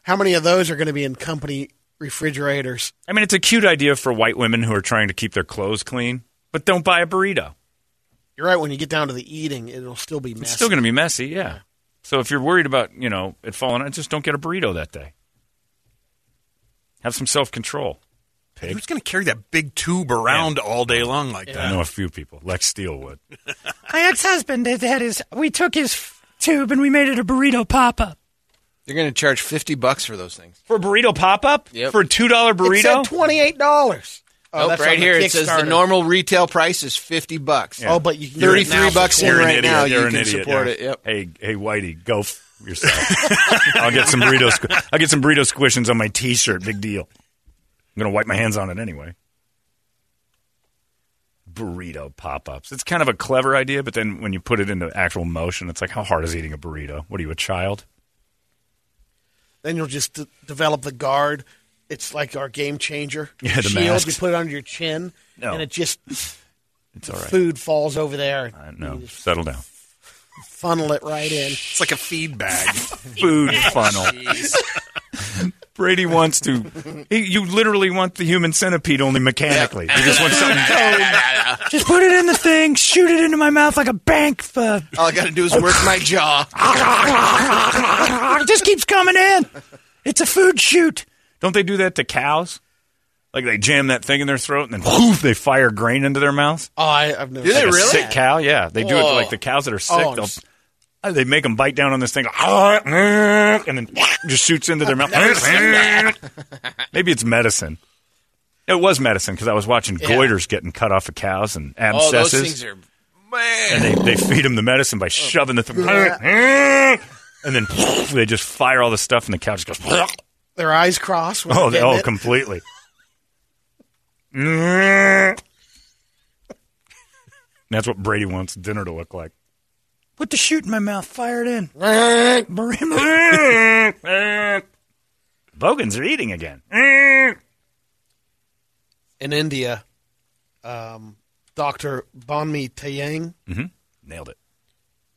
S7: How many of those are going to be in company refrigerators?
S5: I mean, it's a cute idea for white women who are trying to keep their clothes clean, but don't buy a burrito.
S7: You're right. When you get down to the eating, it'll still be messy.
S5: It's still going to be messy, yeah. So if you're worried about you know it falling, out, just don't get a burrito that day. Have some self control. Pig.
S11: Who's going to carry that big tube around all day long like
S5: I
S11: that?
S5: know a few people. Lex Steele would.
S10: [laughs] My ex-husband did that. Is we took his f- tube and we made it a burrito pop-up.
S4: They're going to charge 50 bucks for those things.
S5: For a burrito pop up?
S4: Yep.
S5: For a two dollar
S7: It said
S5: burrito?
S7: twenty eight dollars.
S4: Oh, nope, right here it says the normal retail price is 50 bucks.
S7: Oh, but you can get it
S4: Thirty
S7: now
S4: three
S7: for
S4: bucks in
S7: $20.
S5: an
S4: right
S5: idiot.
S4: now.
S5: You're
S4: you
S5: an
S4: can
S5: idiot,
S4: support
S5: yeah.
S4: it. Yep.
S5: Hey, hey, Whitey, go f- yourself. [laughs] I'll get some burrito. Squ- I'll get some burrito squishions on my T-shirt. Big deal. I'm gonna wipe my hands on it anyway. Burrito pop-ups. It's kind of a clever idea, but then when you put it into actual motion, it's like, how hard is eating a burrito? What are you, a child?
S7: Then you'll just d- develop the guard. It's like our game changer.
S5: [laughs] Yeah, the
S7: shield.
S5: masks.
S7: You put it under your chin,
S5: No.
S7: and it just
S5: It's all right.
S7: food falls over there. and
S5: I
S7: you
S5: know.
S7: just
S5: Settle down.
S7: funnel it right in.
S4: [laughs]
S11: It's like a feed bag.
S5: Food funnel. Brady wants to. he- you literally want the human centipede only mechanically. You just want something.
S10: Just put it in the thing, shoot it into my mouth like a bank. Uh,
S4: All I got to do is work my jaw.
S10: it just keeps coming in.
S5: It's a food shoot. Don't they do that to cows? Like they jam that thing in their throat and then whoof, they fire grain into their mouth.
S7: Oh, I, I've never.
S5: Like a Sick cow, yeah. They do it to
S7: Whoa.
S5: like the cows that are sick.
S7: Oh,
S5: they'll,
S7: s-
S5: uh, they make them bite down on this thing, like, and then just shoots into
S4: [laughs]
S5: their mouth. Maybe it's medicine. It was medicine because I was watching
S4: Yeah.
S5: goiters getting cut off of cows and
S4: Oh, those
S5: abscesses,
S4: things are Oh.
S5: and
S4: [laughs]
S5: they, they feed them the medicine by shoving the thing, [laughs] and then they just fire all the stuff, and the cow just goes.
S7: Their eyes cross. when
S5: Oh, they,
S7: they're getting
S5: oh,
S7: it.
S5: completely. [laughs] That's what Brady wants dinner to look like.
S10: Put the shoot in my mouth, fire it in.
S5: [laughs] Bogans are eating again. [laughs]
S7: in India, um, Doctor Bonmi Tayang
S5: Mm-hmm. Nailed it.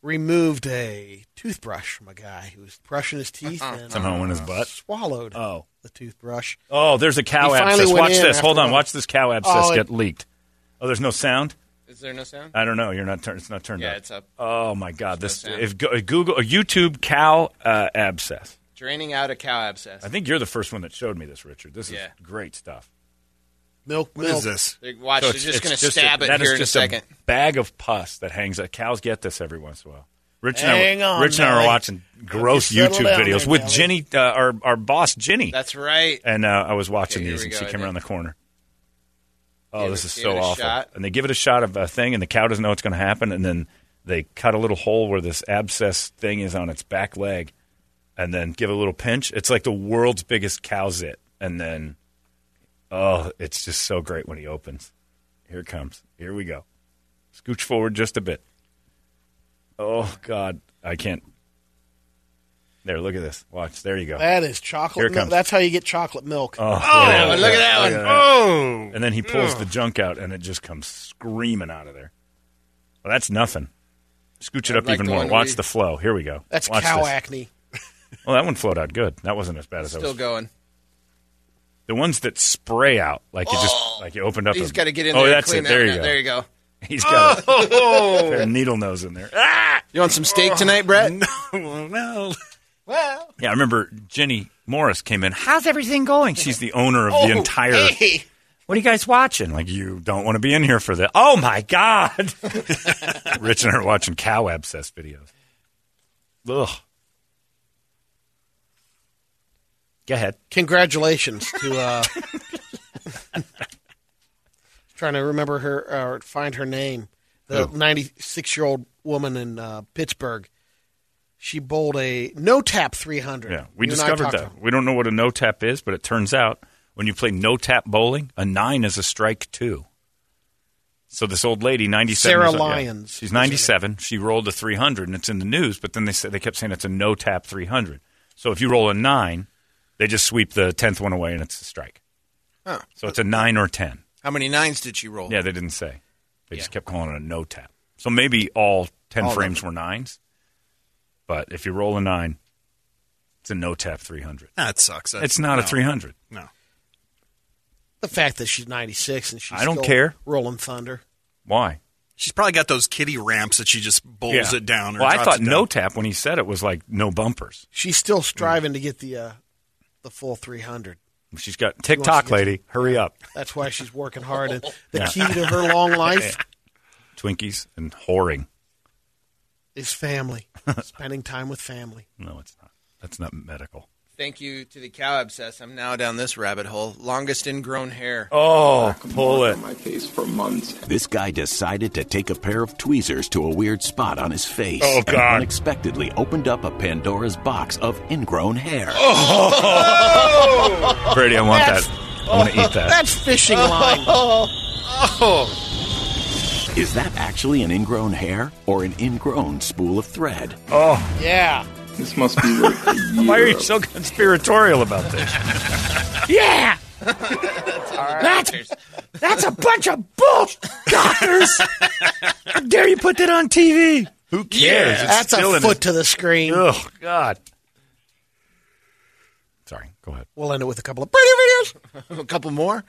S7: removed a toothbrush from a guy who was brushing his teeth and uh,
S5: Somehow in his butt?
S7: swallowed
S5: oh.
S7: the toothbrush.
S5: Oh, there's a cow
S7: He finally
S5: abscess.
S7: went
S5: Watch
S7: in
S5: this. Hold
S7: after
S5: on.
S7: that.
S5: Watch this cow abscess
S7: Oh, it-
S5: get leaked. Oh, there's no sound.
S4: Is there no sound?
S5: I don't know. You're not turned. It's not turned
S4: Yeah,
S5: up.
S4: it's up.
S5: Oh my God!
S4: There's
S5: this
S4: no sound.
S5: if go, Google YouTube cow uh, abscess.
S4: Draining out a cow abscess.
S5: I think you're the first one that showed me this, Richard. This
S4: Yeah.
S5: is great stuff.
S7: Milk.
S11: What is
S7: milk.
S11: this?
S4: They- Watch,
S5: So
S4: they're
S5: it's-
S4: just
S5: it's
S4: going to stab
S5: a,
S4: it
S5: that is
S4: here in a
S5: just
S4: second.
S5: bag of pus that hangs. Out. Cows get this every once in a while. Rich
S4: Hang
S5: and I, were-
S4: on,
S5: Rich and I were
S4: Nelly.
S5: watching gross
S4: Just settle
S5: YouTube
S4: down
S5: videos
S4: there,
S5: with
S4: Nelly.
S5: Jenny, uh, our our boss Jenny,
S4: That's right.
S5: and uh, I was watching
S4: Okay, here
S5: these, and
S4: we go,
S5: she
S4: I
S5: came around the corner. Oh,
S4: Give
S5: this
S4: it-
S5: is
S4: give
S5: so
S4: it a
S5: awful!
S4: shot.
S5: And they give it a shot of a thing, and the cow doesn't know what's going to happen, and then they cut a little hole where this abscess thing is on its back leg, and then give it a little pinch. It's like the world's biggest cow zit, and then oh, it's just so great when he opens. Here it comes. Here we go. Scooch forward just a bit. Oh God, I can't. There, look at this. Watch. There you go.
S7: That is chocolate.
S5: Here it
S7: milk.
S5: comes.
S7: That's how you get chocolate milk.
S5: Oh,
S4: look at that one.
S5: Oh. And then he pulls
S7: Ugh.
S5: the junk out and it just comes screaming out of there. Well, that's nothing. Scooch it
S7: I'd
S5: up
S7: like
S5: even
S7: the
S5: more.
S7: one
S5: Watch
S7: we-
S5: the flow. Here we go.
S7: That's
S5: Watch
S7: cow
S5: this.
S7: acne.
S5: Well, that one flowed out good. That wasn't as bad as I
S4: Still
S5: was.
S4: going.
S5: The ones that spray out, like you just like you opened up.
S4: Oh, He's
S5: a-
S4: got to get in
S5: oh,
S4: there.
S5: that's
S4: and clean
S5: it. There
S4: that
S5: you go.
S4: nut. There you go.
S5: [laughs] He's got
S4: Oh.
S5: a pair of needle nose in there. Ah!
S4: You want some steak tonight, Brett?
S5: [laughs] No, no.
S4: Well,
S5: Yeah, I remember Jenny Morris came in.
S10: How's everything going?
S5: She's the owner of the
S10: Oh,
S5: entire.
S10: hey.
S5: What are you guys watching? Like you don't want to be in here for that. Oh my god! [laughs] Rich and I are watching cow abscess videos. Ugh. Go ahead.
S7: Congratulations to. Uh, [laughs] trying to remember her or find her name. The
S5: Who?
S7: 96 year old woman in uh, Pittsburgh. She bowled a no tap 300.
S5: Yeah, we
S7: You and I
S5: discovered
S7: talked
S5: that. We don't know what a no tap is, but it turns out when you play no tap bowling, a nine is a strike two. So this old lady, ninety-seven,
S7: Sarah
S5: years old- yeah,
S7: Lyons was
S5: she's ninety-seven. She rolled a three hundred, and it's in the news. But then they said they kept saying it's a no tap three hundred. So if you roll a nine, they just sweep the tenth one away, and it's a strike.
S4: Huh.
S5: So it's a nine or ten.
S4: how many nines did she roll?
S5: Yeah, they didn't say. They just kept calling it a no tap. So maybe all 10
S4: All of
S5: frames were nines. But if you roll a nine, it's a no tap 300.
S11: That sucks. That's-
S5: it's not a
S11: no.
S5: 300.
S11: No.
S7: The fact that she's 96 and she's
S5: I don't
S7: still
S5: care.
S7: rolling thunder.
S5: Why?
S11: She's probably got those kitty ramps that she just bowls
S5: Yeah.
S11: it down. Or
S5: well, I
S11: drops
S5: thought
S11: it down.
S5: no tap when he said it was like no bumpers.
S7: She's still
S5: Mm.
S7: striving to get the uh, the full 300.
S5: She's got
S7: She wants to
S5: TikTok
S7: get-
S5: lady. Hurry up.
S7: That's why she's working hard. And the
S5: [laughs] Yeah.
S7: key to her long life
S5: Twinkies and whoring.
S7: is family, spending time with family.
S5: No, it's not. That's not medical.
S4: [laughs] Thank you to the cow abscess. I'm now down this rabbit hole. Longest ingrown hair.
S5: Oh, pull it.
S13: My face for months. This guy decided to take a pair of tweezers to a weird spot on his face.
S5: Oh,
S13: And
S5: God.
S13: unexpectedly opened up a Pandora's box of ingrown hair.
S5: Brady, I want that. I want to eat that.
S7: That's fishing line.
S5: [laughs]
S4: Oh.
S13: Is that actually an ingrown hair or an ingrown spool of thread?
S5: Oh,
S7: Yeah.
S13: This must be worth
S5: why are you so conspiratorial about
S10: [laughs]
S5: this?
S10: Yeah! That's, that's a bunch of bull
S5: [laughs]
S10: doctors! How dare you put that on TV?
S5: Who cares?
S7: Yeah.
S5: It's
S7: That's
S5: still
S7: a
S5: in
S7: foot
S5: his-
S7: to the screen.
S5: Oh God. Sorry, go ahead.
S7: We'll end it with a couple of pretty
S4: videos. [laughs] a couple more?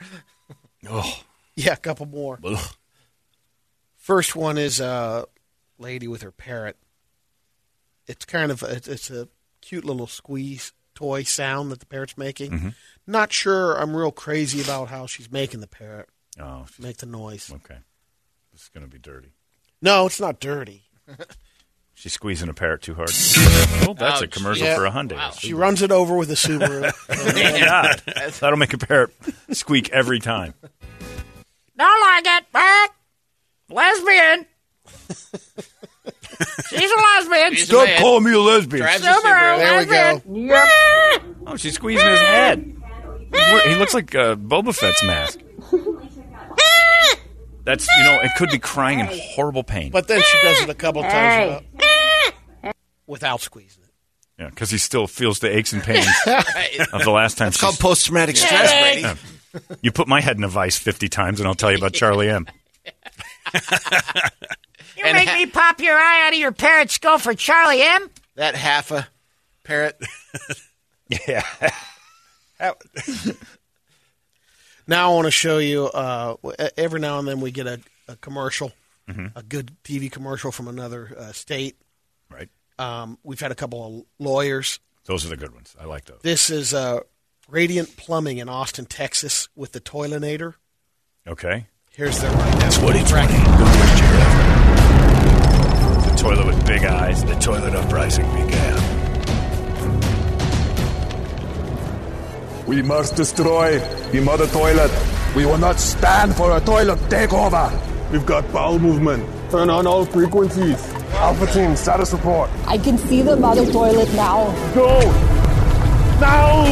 S5: Oh,
S7: Yeah, a couple more. First one is a lady with her parrot. It's kind of it's, it's a cute little squeeze toy sound that the parrot's making.
S5: Mhm.
S7: Not sure I'm real crazy about how she's making the parrot
S5: oh,
S7: make the noise.
S5: Okay, this is going to be dirty.
S7: No, it's not dirty.
S5: She's squeezing a parrot too hard. Oh, that's a
S7: Ouch.
S5: commercial
S7: Yeah.
S5: for a Hyundai.
S7: She runs it over with a Subaru.
S5: [laughs] God, that'll make a parrot squeak every time.
S10: Don't like it. Fuck. Lesbian. She's a lesbian.
S5: Stop calling me a lesbian.
S10: Subaru lesbian.
S5: Oh, she's squeezing his head. He's wear- He looks like uh, Boba Fett's mask. That's you know, it could be crying in horrible pain.
S7: But then she does it a couple times without, without squeezing.
S5: Yeah, because he still feels the aches and pains
S7: Right.
S5: of the last time.
S7: That's
S5: she's-
S4: Oh,
S7: called post-traumatic stress, Brady.
S5: Yeah. You put my head in a vice fifty times, and I'll tell you about Charlie M.
S10: You make me pop your eye out of your parrot skull for Charlie M.
S4: That half a parrot.
S5: yeah.
S7: Now I want to show you. Uh, every now and then we get a, a commercial,
S10: Mhm.
S7: a good TV commercial from another uh, state.
S5: Right.
S7: Um, we've had a couple of lawyers.
S5: Those are the good ones. I like those.
S7: This is uh, Radiant Plumbing in Austin, Texas, with the Toilinator.
S5: Okay.
S7: Here's their [laughs] right now. What it's
S5: The toilet with big eyes. The toilet uprising began.
S14: We must destroy the mother toilet. We will not stand for a toilet takeover. We've got bowel movement. Turn on all frequencies. Alpha team, status report.
S15: I can see the mother toilet now.
S14: Go! Now!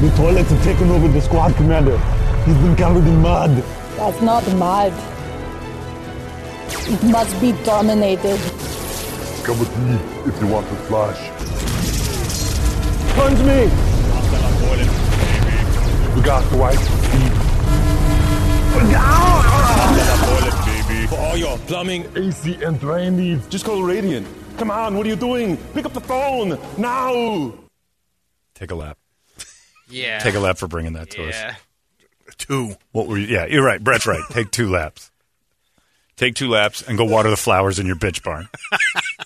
S14: The toilets have taken over the squad commander. He's been covered in mud.
S15: That's not mud. It must be dominated.
S14: Come with me if you want to flash. Punch me! We got the white feet. For all your plumbing, AC, and drain needs, just call Radiant. Come on, what are you doing? Pick up the phone now!
S5: Take a lap.
S4: Yeah.
S5: Take a lap for bringing that to us.
S4: Yeah.
S5: Two. What were you? Yeah, you're right. Brett's right. Take two laps. Take two laps and go water the flowers in your bitch barn.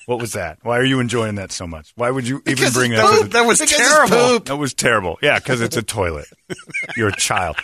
S5: what was that? Why are you enjoying that so much? Why would you even
S4: Because
S5: bring
S4: it's
S5: that? to
S4: poop.
S5: the-
S4: That was Because it's terrible. poop.
S5: That was terrible. Yeah, because it's a toilet. You're a child.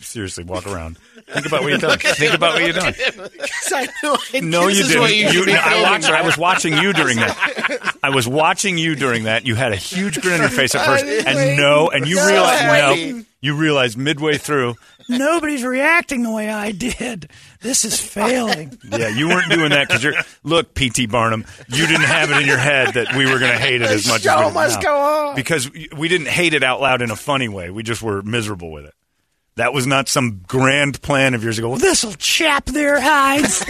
S5: Seriously, walk around. Think about what you're doing.
S4: Look at
S5: Think
S4: him.
S5: about what you're
S4: Look
S5: doing.
S4: at him.
S7: I know I-
S5: No,
S4: This
S5: you
S4: is
S5: didn't.
S4: what you should be
S5: no, I,
S4: doing,
S5: watched, I
S4: Brett.
S5: was watching you during
S4: [laughs]
S5: that. I was watching you during that. You had a huge grin on your face at first, and no, and you
S10: So
S5: realized no,
S10: happy.
S5: you realized midway through.
S10: Nobody's reacting the way I did. This is
S4: [laughs]
S10: failing.
S5: Yeah, you weren't doing that because you're. Look, P.T. Barnum, you didn't have it in your head that we were going to hate it as much as we
S10: show
S5: did
S10: must
S5: now.
S10: go on.
S5: Because we didn't hate it out loud in a funny way. We just were miserable with it. That was not some grand plan of yours ago. Well, this
S10: This'll chap their [laughs] hides.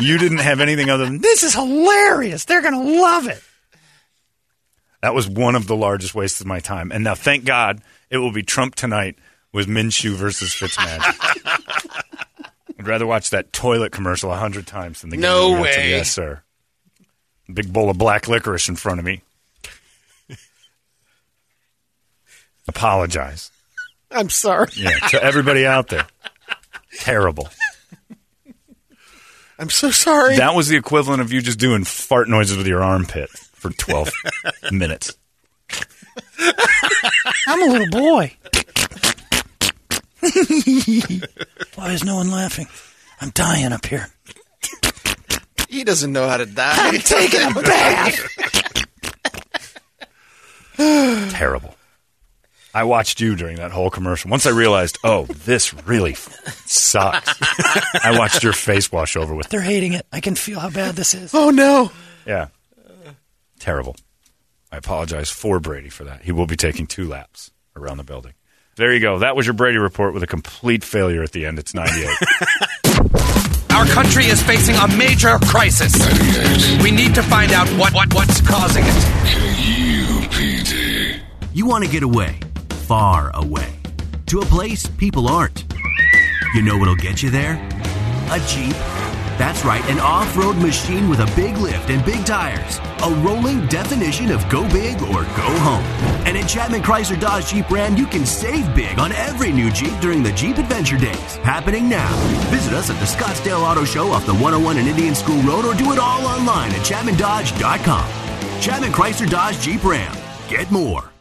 S5: you didn't have anything other than
S10: this is hilarious. They're gonna love it.
S5: That was one of the largest wastes of my time. And now, thank God, it will be Trump tonight with Minshew versus Fitzmagic.
S10: [laughs]
S5: I'd rather watch that toilet commercial a hundred times than the game
S4: No
S5: we got to-
S4: way.
S5: yes, sir. Big bowl of black licorice in front of me. Apologize,
S7: I'm sorry.
S5: yeah, to everybody out there. Terrible.
S7: I'm so sorry.
S5: That was the equivalent of you just doing fart noises with your armpit for twelve [laughs] minutes.
S10: I'm a little boy. Why is no one laughing? I'm dying up here.
S4: He doesn't know how to die. I'm
S10: taking a bath.
S5: terrible. I watched you during that whole commercial. Once I realized, oh, this really f-
S10: [laughs]
S5: sucks. I watched your face wash over with.
S10: They're hating it. I can feel how bad this is.
S7: Oh no.
S5: Yeah, terrible. I apologize for Brady for that. He will be taking two laps around the building. There you go. That was your Brady report with a complete failure at the end. It's 98.
S16: Our country is facing a major crisis. We need to find out what, what what's causing it.
S17: You want to get away, far away, to a place people aren't. You know what'll get you there? A Jeep. That's right, an off road machine with a big lift and big tires.
S11: A rolling definition of go big or go home. And at Chapman Chrysler Dodge Jeep Ram, you can save big on every new Jeep during the Jeep Adventure Days. Happening now. [laughs] Visit us at the Scottsdale Auto Show off the 101 and Indian School Road or do it all online at ChapmanDodge.com. Chapman Chrysler Dodge Jeep Ram. Get more.